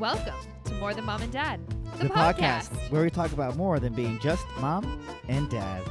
Welcome to More Than Mom and Dad, the, where we talk about more than being just mom and dad.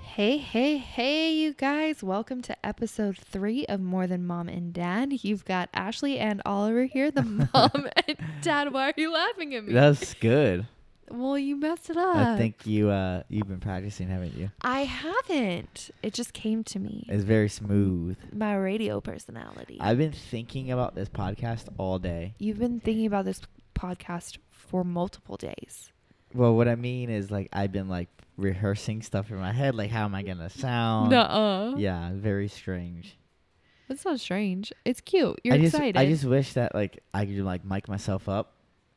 Hey, hey, hey, you guys. Welcome to episode three of More Than Mom and Dad. You've got Ashley and Oliver here, the mom and dad. Why are you laughing at me? That's good. well, you messed it up. I think you uh you've been practicing, haven't you? I haven't. It just came to me. It's very smooth. My radio personality. I've been thinking about this podcast all day. You've been thinking about this podcast for multiple days. Well, what I mean is like I've been like rehearsing stuff in my head, like how am I gonna sound? Nuh-uh. Um, Yeah, very strange. That's not strange. It's cute. You're I just, excited. I just wish that like I could like mic myself up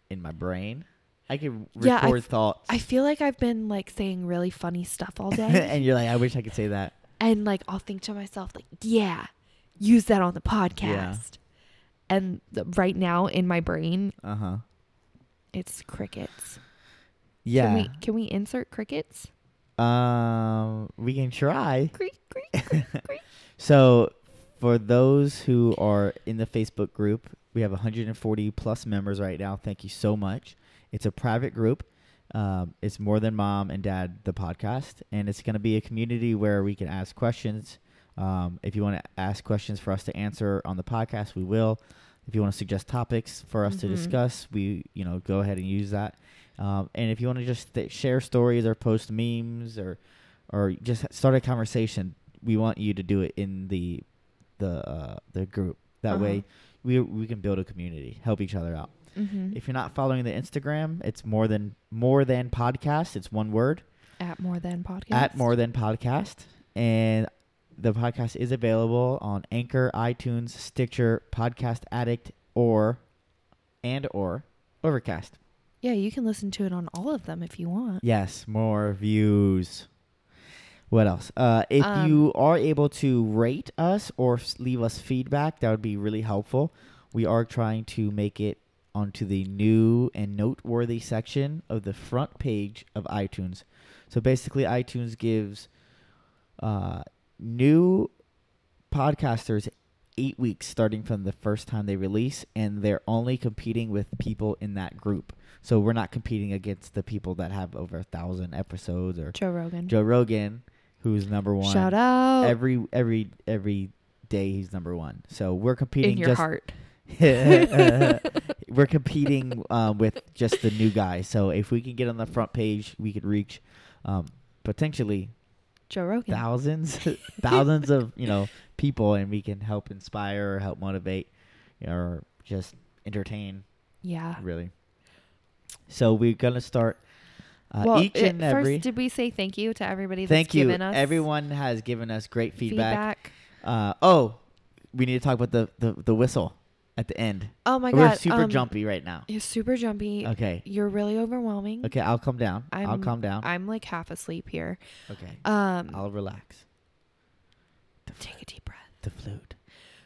in my brain. I could record Yeah, I f- thoughts. I feel like I've been like saying really funny stuff all day. and you're like, I wish I could say that. and like I'll think to myself like, yeah, use that on the podcast. And th- right now in my brain, Uh huh. it's crickets. Yeah. Can we can we insert crickets? Um, we can try. Creak creak creak creak. So, for those who are in the Facebook group, we have 140 plus members right now. Thank you so much. It's a private group. Um, it's more than mom and dad, the podcast, and it's going to be a community where we can ask questions. Um, if you want to ask questions for us to answer on the podcast, we will. If you want to suggest topics for us Mhm. to discuss, we you know go ahead and use that. Um, and if you want to just th- share stories or post memes or or just start a conversation, we want you to do it in the the uh, the group. That Uh-huh. way, we we can build a community, help each other out. Mm-hmm. If you're not following the Instagram, it's more than more than podcast. It's one word At more than podcast. at more than podcast, and the podcast is available on Anchor, iTunes, Stitcher, Podcast Addict, or and or Overcast. Yeah, you can listen to it on all of them if you want. Yes, more views. What else? Uh, if you are able to rate us or s- leave us feedback, that would be really helpful. We are trying to make it onto the new and noteworthy section of the front page of iTunes. So basically, iTunes gives uh, new podcasters eight weeks starting from the first time they release, and they're only competing with people in that group. So we're not competing against the people that have over a thousand episodes or Joe Rogan. Joe Rogan, who's number one. Shout out every every every day he's number one. So we're competing in your just heart. we're competing um, with just the new guy. So if we can get on the front page, we could reach um, potentially Joe Rogan. thousands thousands of you know people, and we can help inspire or help motivate or just entertain yeah. really. So we're gonna start uh, well, each it- and every. first, did we say thank you to everybody that's Thank you. given us Everyone has given us great feedback. feedback. Uh, oh, we need to talk about the, the, the whistle at the end. Oh my We're god. super um, jumpy right now. You're super jumpy. Okay. You're really overwhelming. Okay, I'll calm down. i will I'm- calm down. I'm like half asleep here. okay. Um I'll relax. The, fl- take a deep breath. the flute.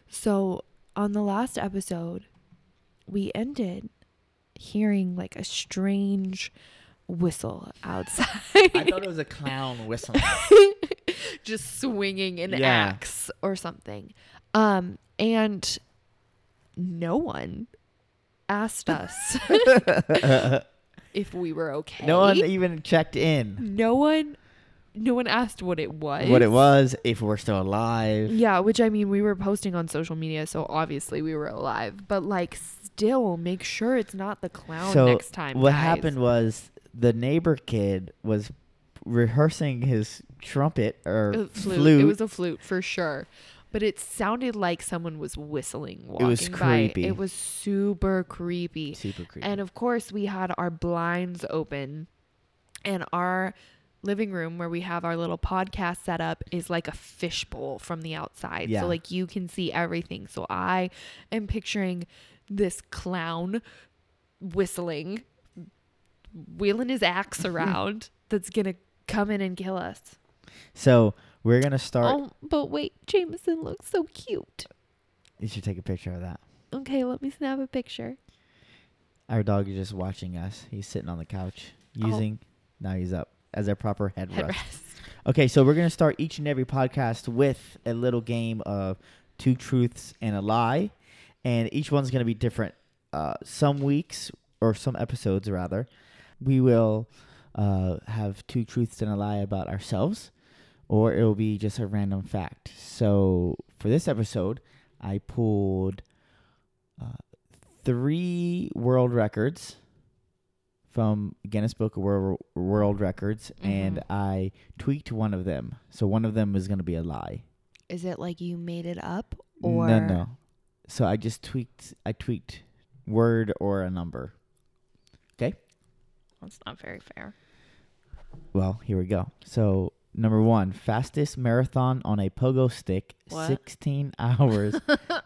So, on the last episode, we ended hearing like a strange whistle outside I thought it was a clown whistle. just swinging an Yeah. axe or something. Um and no one asked us if we were okay. no one even checked in no one no one asked what it was what it was, if we're still alive. yeah which i mean we were posting on social media so obviously we were alive but like still make sure it's not the clown so next time what guys. happened was the neighbor kid was rehearsing his trumpet or Uh, flute. flute. it was a flute for sure but it sounded like someone was whistling walking was by. creepy. it was super creepy super creepy. And of course, we had our blinds open, and our living room where we have our little podcast set up is like a fishbowl from the outside. Yeah. So, like, you can see everything. So, I am picturing this clown whistling, wheeling his axe around that's going to come in and kill us. so we're gonna start. Oh, but wait, Jameson looks so cute. You should take a picture of that. Okay, let me snap a picture. Our dog is just watching us. He's sitting on the couch Oh. using. Now he's up as a proper headrest. Headrest. Okay, so we're gonna start each and every podcast with a little game of two truths and a lie, and each one's gonna be different. Uh, some weeks or some episodes rather, we will uh, have two truths and a lie about ourselves, or it will be just a random fact. So for this episode, I pulled uh, three world records from Guinness Book of World, world Records, and Mhm. I tweaked one of them. So one of them is going to be a lie. Is it like you made it up or no, no. So I just tweaked. I tweaked word or a number. That's not very fair. Well, here we go. So, number one, fastest marathon on a pogo stick, What? 16 hours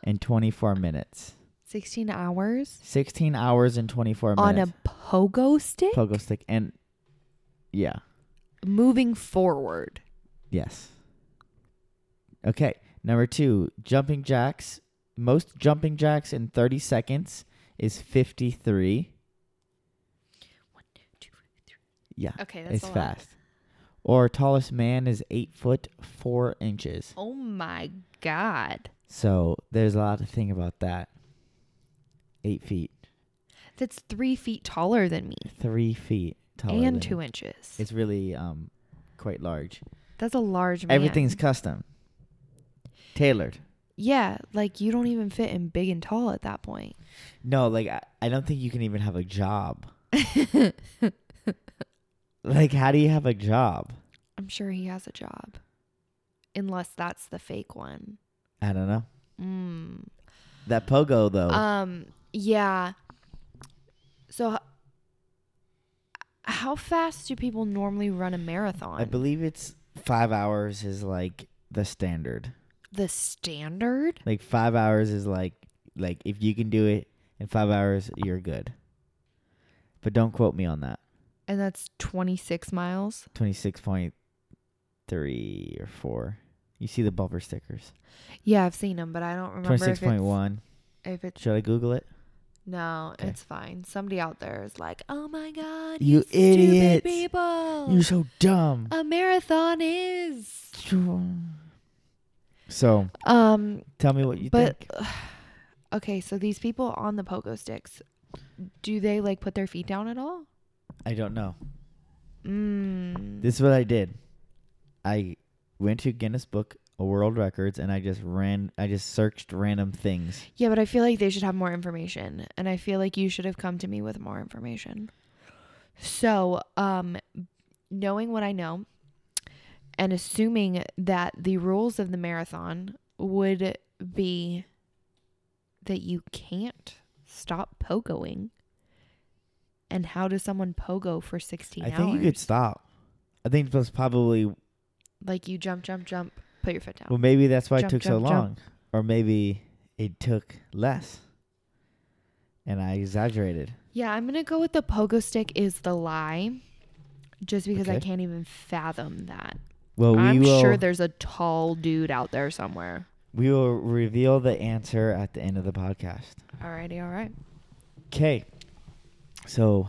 and 24 minutes. 16 hours 16 hours and 24 on a minutes. pogo stick pogo stick. And yeah, moving forward. yes. Okay. Number two, jumping jacks. Most jumping jacks in 30 seconds is 53. One, two, three. Yeah. Okay, that's It's a lot. fast. Or tallest man is eight foot four inches. Oh my god. So there's a lot to think about that. Eight feet, That's three feet taller than me three feet taller, than- and two inches. It's really um, quite large. That's a large man. Everything's custom, tailored. Yeah, like you don't even fit in big and tall at that point. No, like I, I don't think you can even have a job. Like, how do you have a job? I'm sure he has a job. Unless that's the fake one. I don't know. Mm. That pogo though. Um yeah. So h- how fast do people normally run a marathon? I believe it's five hours is like the standard. the standard? Like five hours is like like if you can do it in five hours, you're good. But don't quote me on that. And that's 26 miles. 26.3 or 4. You see the bumper stickers. Yeah, I've seen them, but I don't remember if it's, 26.1. if it's Should I Google it? no, Okay. it's fine. Somebody out there is like, "Oh my god, You stupid idiots. people. You're so dumb. a marathon is." So, Um, tell me what you but think. okay, so these people on the pogo sticks, do they like put their feet down at all? I don't know. Mm. This is what I did. I went to Guinness Book of World Records and I just ran I just searched random things. yeah, but I feel like they should have more information, and I feel like you should have come to me with more information. So, um, knowing what I know, and assuming that the rules of the marathon would be that you can't stop pogoing. And how does someone pogo for 16 I hours? think you could stop. I think that's probably Like you jump, jump, jump, put your foot down. well maybe that's why Jump, it took so jump, jump. long or maybe it took less. And I exaggerated. yeah, I'm gonna go with the pogo stick is the lie, just because I Okay. can't even fathom that. Well, we I'm will sure there's a tall dude out there somewhere. we will reveal the answer at the end of the podcast. Alrighty, all right. Okay. So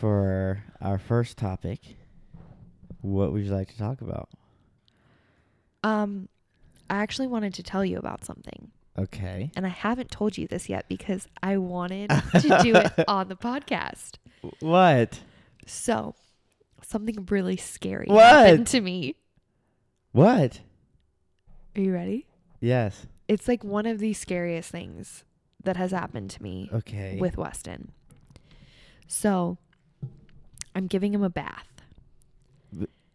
for our first topic, what would you like to talk about? Um, I actually wanted to tell you about something, Okay. and I haven't told you this yet because I wanted to do it on the podcast. What? So, something really scary What? happened to me. What? Are you ready? Yes. It's like one of the scariest things that has happened to me. Okay. with Weston. So I'm giving him a bath.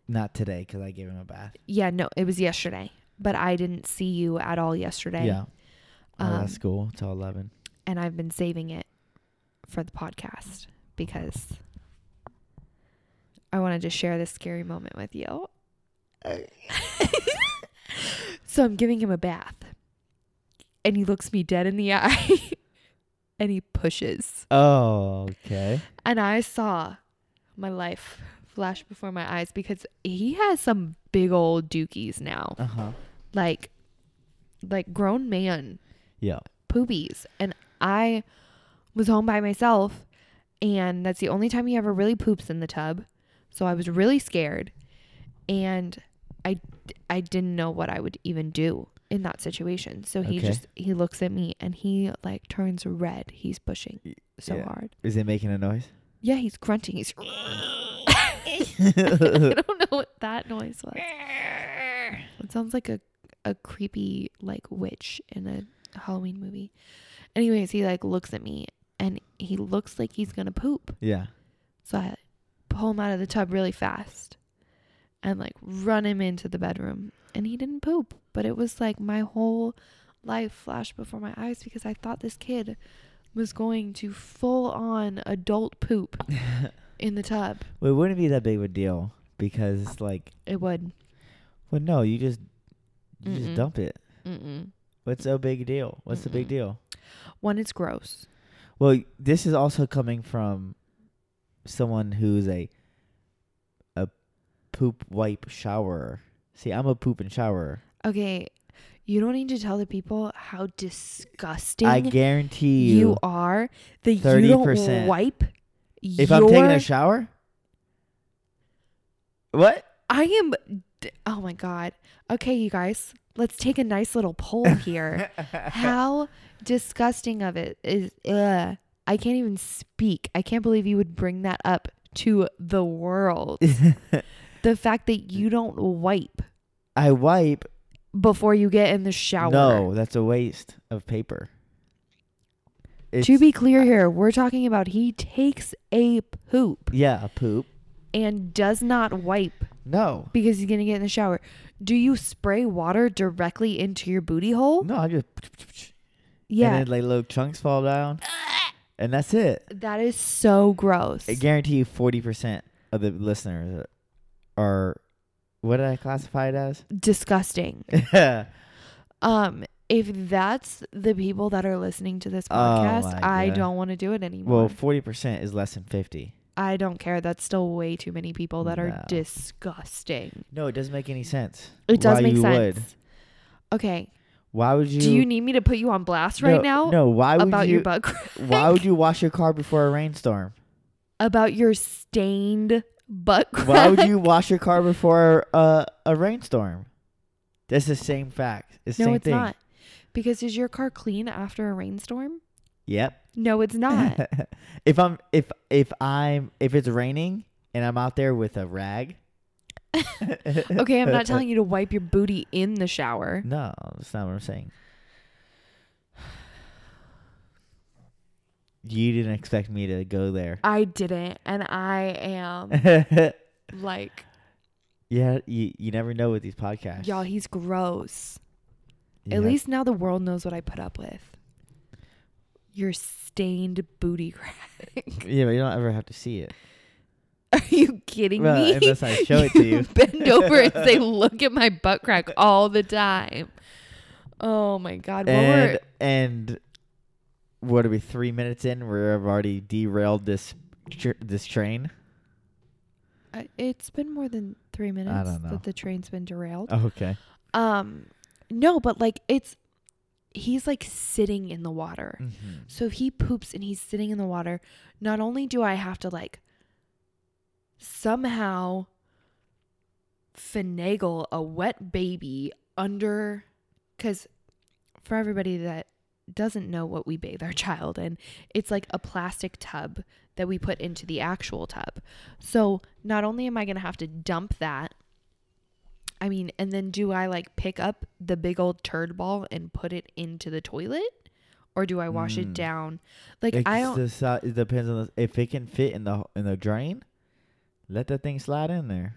not today cuz I gave him a bath. Yeah, no, it was yesterday, but I didn't see you at all yesterday. Yeah. I was Um, at school until 11. And I've been saving it for the podcast because I wanted to share this scary moment with you. so I'm giving him a bath. And he looks me dead in the eye and he pushes. Oh, okay. and I saw my life flash before my eyes because he has some big old dookies now, Uh-huh. like like grown man Yeah. poobies, and I was home by myself, and that's the only time he ever really poops in the tub, so I was really scared, and I I didn't know what I would even do in that situation. So he Okay. just he looks at me and he like turns red. He's pushing Y- so yeah. hard. Is it making a noise? Yeah, he's grunting. He's I don't know what that noise was. It sounds like a a creepy like witch in a Halloween movie. Anyways, he like looks at me and he looks like he's gonna poop. Yeah. So I pull him out of the tub really fast and like run him into the bedroom. And he didn't poop, but it was like my whole life flashed before my eyes because I thought this kid was going to full on adult poop in the tub. Well, it wouldn't be that big of a deal because, like, It would. well, no, you just you Mm-mm. just dump it. Mm-mm. What's so big a deal? What's the big Mm-mm. deal? One, it's gross. Well, y- this is also coming from someone who's a a poop wipe showerer. See, I'm a poop and showerer. Okay, you don't need to tell the people how disgusting I guarantee you, you are that you 30%. don't wipe. if I'm taking a your- shower, what? I am. d- Oh my God. Okay, you guys, let's take a nice little poll here. How disgusting of it is. Ugh. I can't even speak. I can't believe you would bring that up to the world. the fact that you don't wipe I wipe. before you get in the shower. No, that's a waste of paper. It's, To be clear here, we're talking about he takes a poop yeah, a poop. and does not wipe No, because he's going to get in the shower. Do you spray water directly into your booty hole? no, I just Yeah. and then like little chunks fall down, and that's it. That is so gross. I guarantee you, forty percent of the listeners are. What did I classify it as? Disgusting. oh Um, if that's the people that are listening to this podcast, Oh my I God. don't want to do it anymore. well, forty percent is less than fifty. I don't care. That's still way too many people that No. are disgusting. No, it doesn't make any sense. It does Why make you sense. Would. Okay. Why would you? do you need me to put you on blast right No, now No. Why would about you? your bug? why would you wash your car before a rainstorm? about your stained butt crack? Why would you wash your car before a, a rainstorm? That's the same fact. It's the No, same it's thing. not. Because is your car clean after a rainstorm? Yep. No, it's not. if I'm if if I'm if it's raining and I'm out there with a rag. okay, I'm not telling you to wipe your booty in the shower. No, that's not what I'm saying. You didn't expect me to go there. I didn't, and I am like, yeah, you you never know with these podcasts. y'all, he's gross. You At know- least now the world knows what I put up with. Your stained booty crack. yeah, but you don't ever have to see it. Are you kidding Well, me? unless I show it to you. bend over and say, "Look at my butt crack" all the time. Oh my god, what and were and what are we three minutes in? We're I've already derailed this tr- this train. I- it's been more than three minutes don't know. that the train's been derailed. Oh, Okay. Um, no, but like it's he's like sitting in the water. Mm-hmm. Mm. So if he poops and he's sitting in the water, not only do I have to like somehow finagle a wet baby under cuz for everybody that doesn't know what we bathe our child in, it's like a plastic tub that we put into the actual tub. So not only am I going to have to dump that I mean, and then do I like pick up the big old turd ball and put it into the toilet or do I wash it Mm. down? Like It's I don't the si- it depends on the, if it can fit in the in the drain. Let that thing slide in there.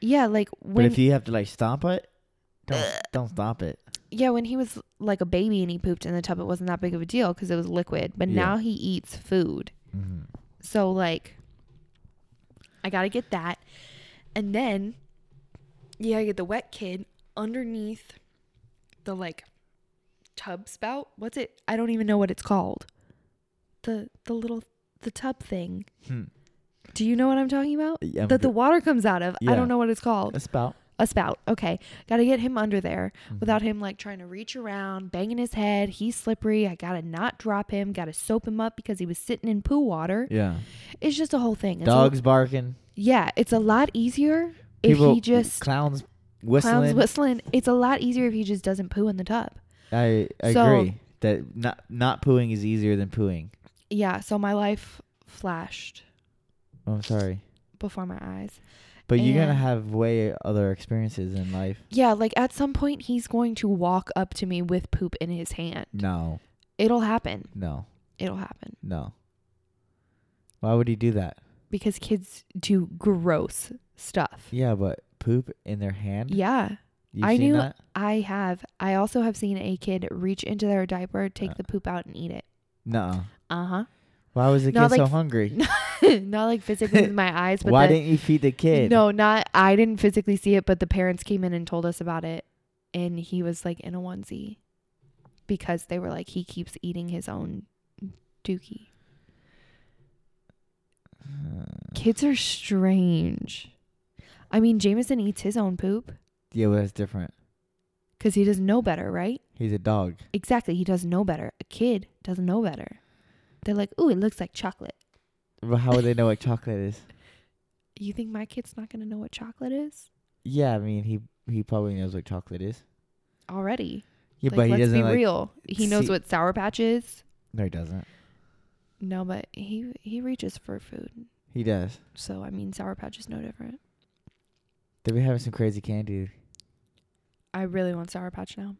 Yeah, like but when if you have to like stomp it, don't don't stomp it. yeah, when he was like a baby and he pooped in the tub, it wasn't that big of a deal because it was liquid. But Yeah. now he eats food. Mm-hmm. So like I got to get that. And then yeah, I get the wet kid underneath the like tub spout. What's it? I don't even know what it's called. The the little the tub thing. Hmm. Do you know what I'm talking about? Yeah, I'm that Um, the good. water comes out of. I Yeah. don't know what it's Mm-hmm. called. A spout. a spout. Okay. Got to get him under there mm-hmm. without him like trying to reach around, banging his head. He's slippery. I got to not drop him. Got to soap him up because he was sitting in poo water. Yeah. It's just a whole thing. It's a- Dogs barking. yeah. It's a lot easier If People- he just clowns whistling. clowns whistling, it's a lot easier if he just doesn't poo in the tub. I, I So- agree that not not pooing is easier than pooing. Yeah, so my life flashed Oh, I'm sorry, before my eyes. but you're gonna And- have way other experiences in life. Yeah, like at some point he's going to walk up to me with poop in his hand. No, It'll happen. no, It'll happen no. Why would he do that? because kids do gross stuff. Yeah, but poop in their hand. Yeah, You've I seen knew- that? I have. I also have seen a kid reach into their diaper, take Uh. Uh-huh. the poop out, and eat it. No. Uh Why was the kid Not so like- hungry? huh. not like physically with my eyes, but Why the, didn't you feed the kid? No, not I didn't physically see it, but the parents came in and told us about it, and he was like in a onesie because they were like he keeps eating his own dookie. Uh, Kids are strange. I mean, Jameson eats his own poop Yeah, but that's different. because he doesn't know better, right? He's a dog. Exactly, he doesn't know better. A kid doesn't know better. They're like, "Ooh, it looks like chocolate." But how would they know what chocolate is? You think my kid's not gonna know what chocolate is Yeah, I mean he he probably knows what chocolate is. already? Yeah, Like, but he let's doesn't be like. real. He knows see- what sour patch is. No, he doesn't. No, but he he reaches for food. He does. So I mean, Sour Patch is no different. They've been having some crazy candy. I really want Sour Patch now.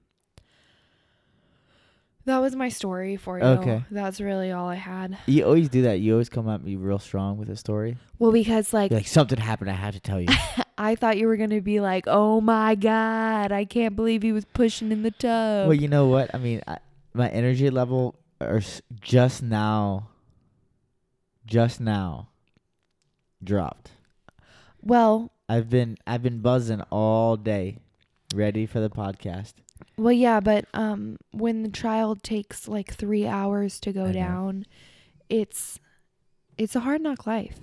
That was my story for you. Okay. That's really all I had. You always do that. You always come at me real strong with a story. Well, because like You're like something happened. I have to tell you. I thought you were gonna be like, oh my god, I can't believe he was pushing in the tub. well, you know what? I mean, I, my energy level are s- just now, just now, dropped. well, I've been I've been buzzing all day, ready for the podcast. well, yeah, but um, when the trial takes like three hours to go I know. down, it's it's a hard knock life.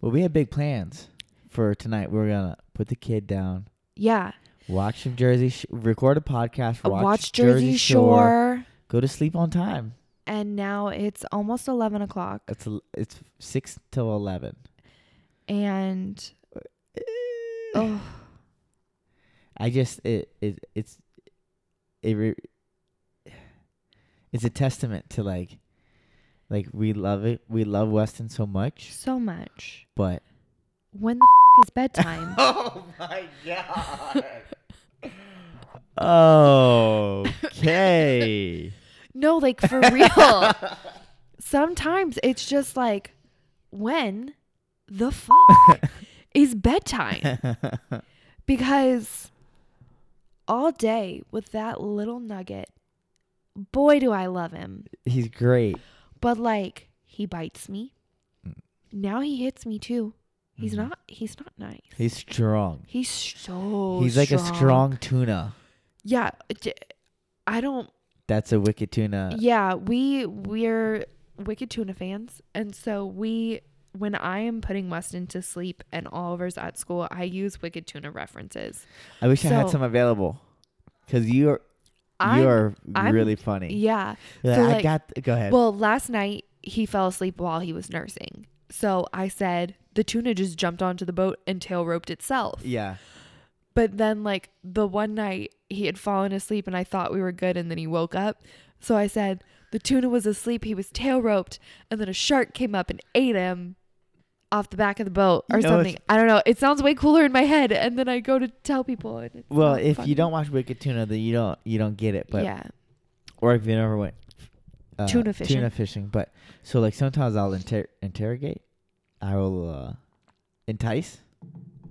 But we have big plans for tonight. We're gonna put the kid down, Yeah, watch some Jersey, sh- record a podcast, Uh, watch, watch, Jersey, Shore. go to sleep on time. and now it's almost 11 o'clock It's a, it's six till eleven. and oh I just it it it's it re- it's a testament to like like we love it. We love Weston so much, so much but when the f- is bedtime Oh my god. okay. no like for real sometimes it's just like when the fuck is bedtime because all day with that little nugget boy do i love him He's great. but like he bites me Mm. now he hits me too he's Mhm. not he's not nice He's strong. He's so He's like a strong tuna. Yeah, d- I don't That's a wicked tuna. Yeah, we we're Wicked Tuna fans and so we when I am putting Weston to sleep and Oliver's at school, I use Wicked Tuna references. I wish I had So- some available. Cause you're I'm- you're I'm- really funny. Yeah. You're so like, I like- got th- go ahead. Well, last night he fell asleep while he was nursing. So I said the tuna just jumped onto the boat and tail roped itself. yeah. But then, like, the one night he had fallen asleep and I thought we were good, and then he woke up. So I said, The tuna was asleep. He was tail roped. And then a shark came up and ate him off the back of the boat or You know, something. I don't know. It sounds way cooler in my head. And then I go to tell people. And it's Well, not if funny. you don't watch Wicked Tuna, then you don't you don't get it. But yeah. or if you never went uh, Tuna fishing. Tuna fishing, but so like sometimes I'll inter- interrogate. I will uh, entice.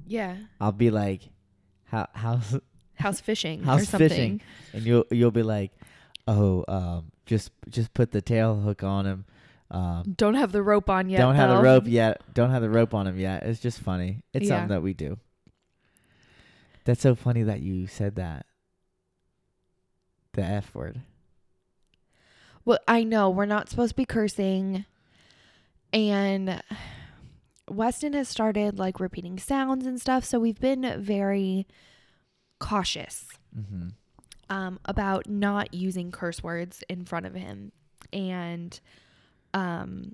Yeah. I'll be like, how how's House fishing or how's something. fishing? And you'll you'll be like, oh, um, just just put the tail hook on him. Um, Don't have the rope on yet. don't have the though. rope yet. Don't have the rope on him yet. It's just funny. It's Yeah. something that we do. That's so funny that you said that. The F word. Well, I know we're not supposed to be cursing. And Weston has started like repeating sounds and stuff. So we've been very cautious Mm-hmm. um, about not using curse words in front of him and um,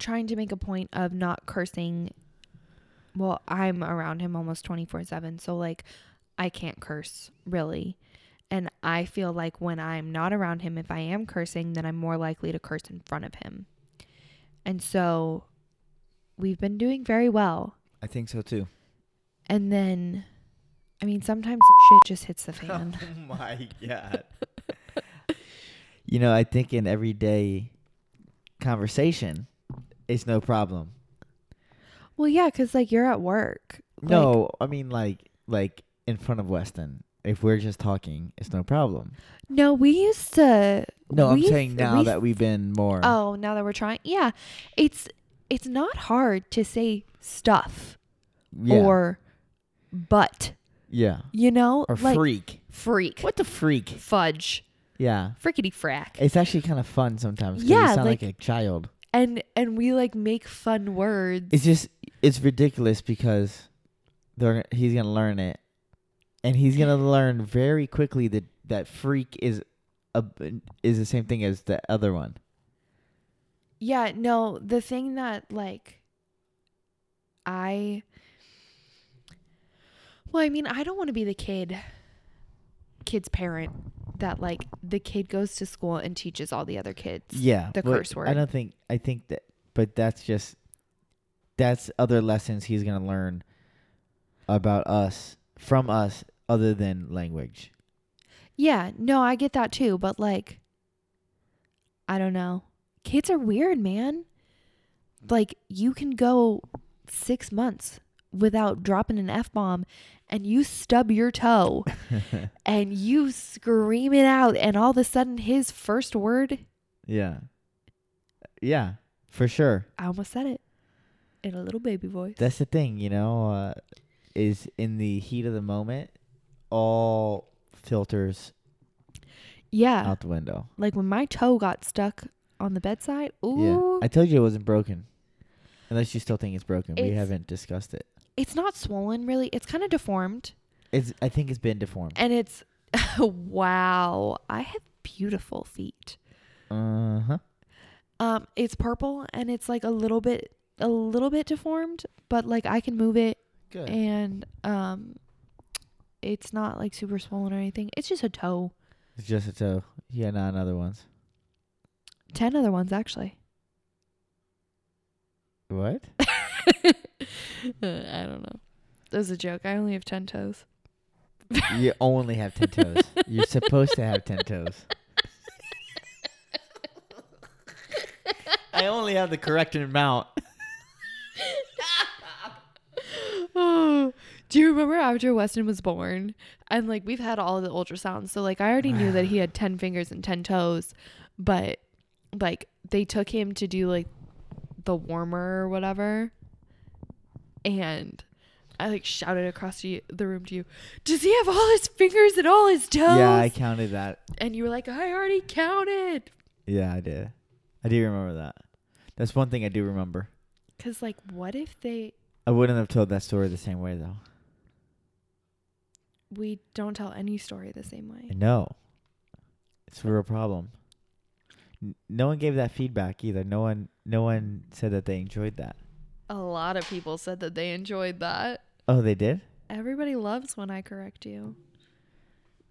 trying to make a point of not cursing well, I'm around him almost 24 7. So, like, I can't curse really. And I feel like when I'm not around him, if I am cursing, then I'm more likely to curse in front of him. And so we've been doing very well. I think so too. And then, I mean, sometimes shit just hits the fan. Oh my god. you know, I think in everyday conversation, it's no problem. well, yeah, because like you're at work. Like, no, I mean like like in front of Weston. If we're just talking, it's no problem. No, we used to. No, I'm we- saying now we- that we've been more. Oh, now that we're trying, yeah, it's it's not hard to say stuff yeah, or but yeah, you know or like freak. freak What the freak? fudge Yeah, frickety frack it's actually kind of fun sometimes. 'cause you Yeah, sound like, like- a child. and and we like make fun words. It's just it's ridiculous because they're he's gonna learn it, and he's gonna learn very quickly that that freak is a is the same thing as the other one. Yeah, no, the thing that like I Well, I mean, I don't want to be the kid kid's parent that like the kid goes to school and teaches all the other kids. Yeah, the but curse word. I don't think I think that, but that's just that's other lessons he's gonna learn about us from us other than language. Yeah, no, I get that too, but like I don't know. Kids are weird, man. Like you can go 6 months without dropping an F bomb and you stub your toe and you scream it out and all of a sudden his first word yeah, yeah, for sure. I almost said it in a little baby voice. That's the thing, you know, uh, is in the heat of the moment, all filters yeah. out the window. Like when my toe got stuck on the bedside, ooh Yeah, I told you it wasn't broken. Unless you still think it's broken, we It's- haven't discussed it. it's not swollen really. It's kind of deformed. It's I think it's been deformed. And it's wow. I have beautiful feet. Uh huh. Um, it's purple and it's like a little bit a little bit deformed, but like I can move it Good. and um it's not like super swollen or anything. It's just a toe. it's just a toe. Yeah, not another ones. Ten other ones actually. What? I don't know. That was a joke. I only have 10 toes. You only have 10 toes. You're supposed to have 10 toes. I only have the correct amount. Oh, do you remember after Weston was born? And like we've had all the ultrasounds. So like I already knew that he had 10 fingers and 10 toes, but like they took him to do like the warmer or whatever. And I like shouted across the the room to you, "Does he have all his fingers and all his toes?" Yeah, I counted that. and you were like, "I already counted." Yeah, I did. I do remember that. That's one thing I do remember. Cause like, what if they? I wouldn't have told that story the same way though. We don't tell any story the same way. I know. It's a real problem. N- No one gave that feedback either. No one no one said that they enjoyed that. A lot of people said that they enjoyed that. Oh, they did? Everybody loves when I correct you.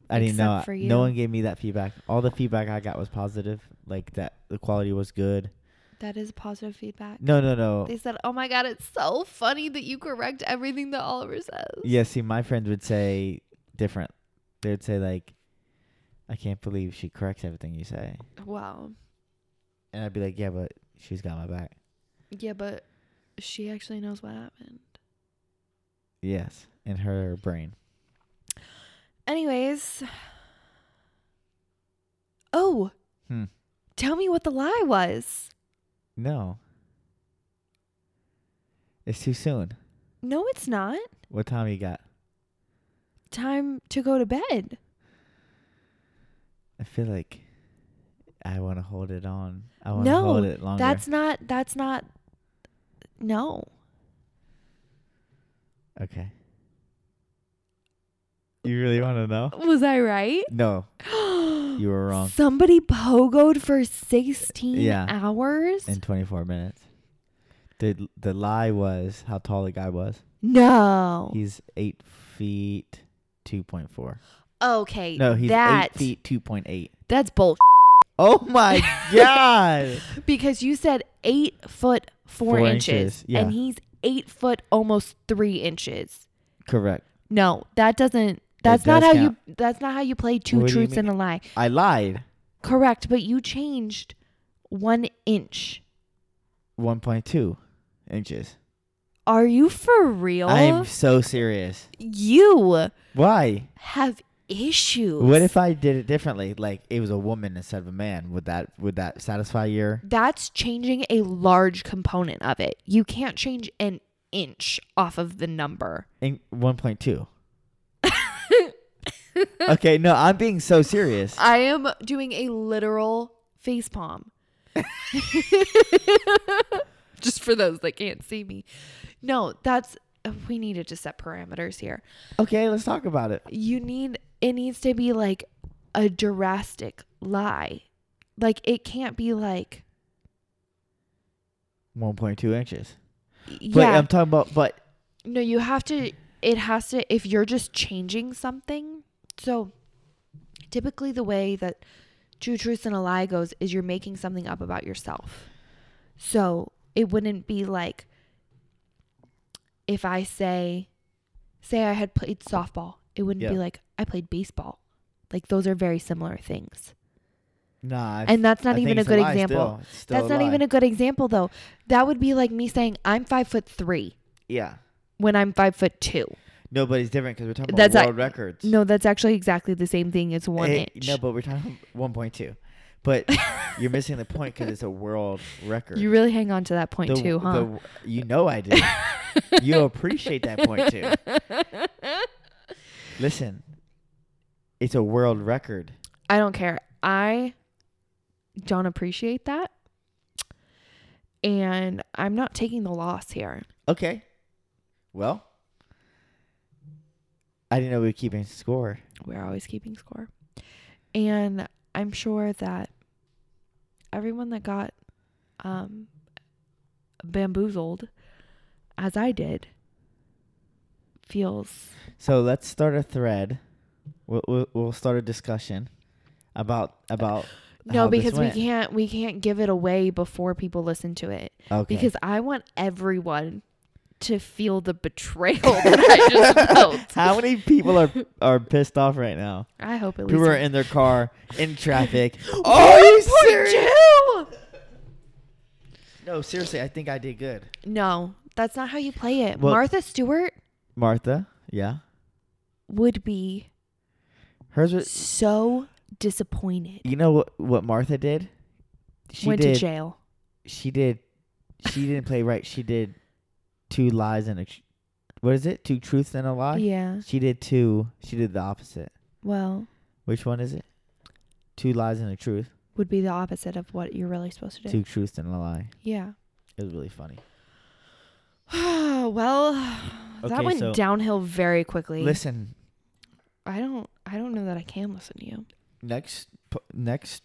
I didn't know. Except for No you. one gave me that feedback. All the feedback I got was positive, like that the quality was good. That is positive feedback. No, no, no. They said, "Oh my god, it's so funny that you correct everything that Oliver says." Yeah, see, my friends would say different. They would say like, "I can't believe she corrects everything you say," Wow. and I'd be like, "Yeah, but she's got my back." Yeah, but she actually knows what happened. Yes, in her brain. Anyways. Oh. Hmm. Tell me what the lie was. No, it's too soon. No, it's not. What time you got? Time to go to bed. I feel like I want to hold it on. I want to No, hold it longer. That's not that's not no. okay. You really want to know? Was I right? No, you were wrong. Somebody pogoed for 16 Yeah. hours? In 24 minutes. The the lie was how tall the guy was. No. He's eight feet two point four. okay. No, he's that, eight feet two point eight. That's bull. Oh my god! Because you said eight foot four, Four inches, inches, yeah. and he's eight foot almost three inches. Correct. No, that doesn't. That's not does how count. you. That's not how you play two What do you truths and a lie. I lied. Correct, but you changed one inch. One point two inches. Are you for real? I am so serious. you Why? have issues. What if I did it differently? Like it was a woman instead of a man. Would that would that satisfy your? that's changing a large component of it. You can't change an inch off of the number. In 1.2. okay, no, I'm being so serious. I am doing a literal face palm. Just for those that can't see me. No, that's we needed to set parameters here. Okay, let's talk about it. You need it needs to be like a drastic lie. Like it can't be like 1.2 inches. But yeah. I'm talking about, but No, you have to. It has to. If you're just changing something, so typically the way that two truths and a lie goes is you're making something up about yourself. So it wouldn't be like if I say, say I had played softball. It wouldn't be Yeah. like I played baseball. Like those are very similar things. nah. I f- And that's I not think even a it's good lie example. still. It's still That's a not lie. even a good example though. That would be like me saying I'm five foot three Yeah. when I'm five foot two. No, but it's different because we're talking That's about not- world records. No, that's actually exactly the same thing as one Eh, inch. No, but we're talking 1.2. But you're missing the point because it's a world record. you really hang on to that point The- too, huh? the- you know I do. you appreciate that point too. Listen, it's a world record. I don't care. I don't appreciate that. And I'm not taking the loss here. Okay. Well, I didn't know we were keeping score. We're always keeping score. And I'm sure that everyone that got um, bamboozled, as I did, feels So let's start a thread. We'll, we'll, we'll start a discussion about about. No, how this because we went. can't we can't give it away before people listen to it. Okay. Because I want everyone to feel the betrayal that I just felt. how many people are are pissed off right now? I hope at least Who are one. in their car in traffic? are you serious? No, seriously, I think I did good. No, that's not how you play it. Well- Martha Stewart Martha, yeah, would be hers was. so disappointed. You know what what Martha did? She Went did. to jail. she did she didn't play right she did two lies and a tr- what is it two truths and a lie Yeah. she did two she did the opposite Well, which one is it two lies and a truth would be the opposite of what you're really supposed to do. two truths and a lie Yeah. it was really funny well, that Okay, went so- downhill very quickly. listen I don't I don't know that I can listen to you. next po- next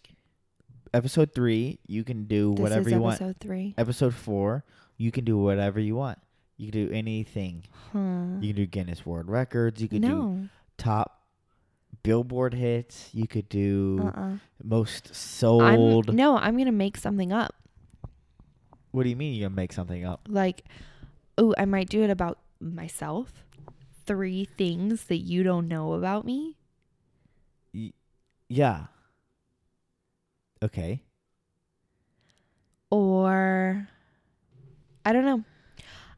episode three you can do This whatever is you episode want three. episode four you can do whatever you want you can do anything Huh. you can do guinness world records you could do No. top billboard hits you could do Uh-uh. most I'm, sold no, I'm gonna make something up. What do you mean you're gonna make something up? Like, oh, I might do it about myself. Three things that you don't know about me. Yeah. Okay. Or I don't know.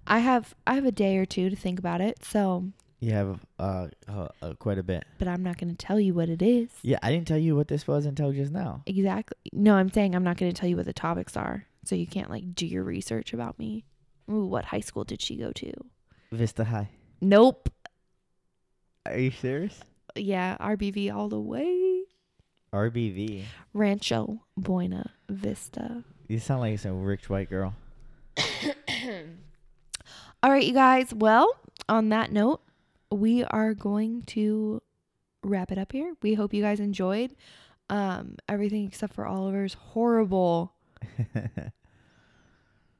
I have I have a day or two to think about it, so You have uh, uh, uh quite a bit. but I'm not gonna tell you what it is. Yeah, I didn't tell you what this was until just now. Exactly. No, I'm saying I'm not going to tell you what the topics are, so you can't like do your research about me. Ooh, what high school did she go to? Vista High. Nope. Are you serious? Yeah, RBV all the way. RBV. Rancho Buena Vista. You sound like it's a rich white girl. All right, you guys. Well, on that note, we are going to wrap it up here. We hope you guys enjoyed um, everything except for Oliver's horrible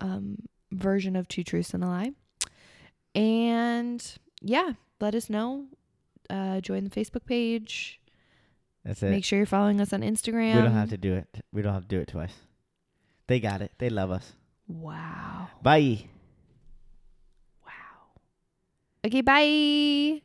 um, version of Two Truths and a Lie. And yeah, let us know. Uh, join the Facebook page. That's it. Make sure you're following us on Instagram. we don't have to do it. We don't have to do it twice. They got it. They love us. Wow. Bye. Wow. Okay, bye.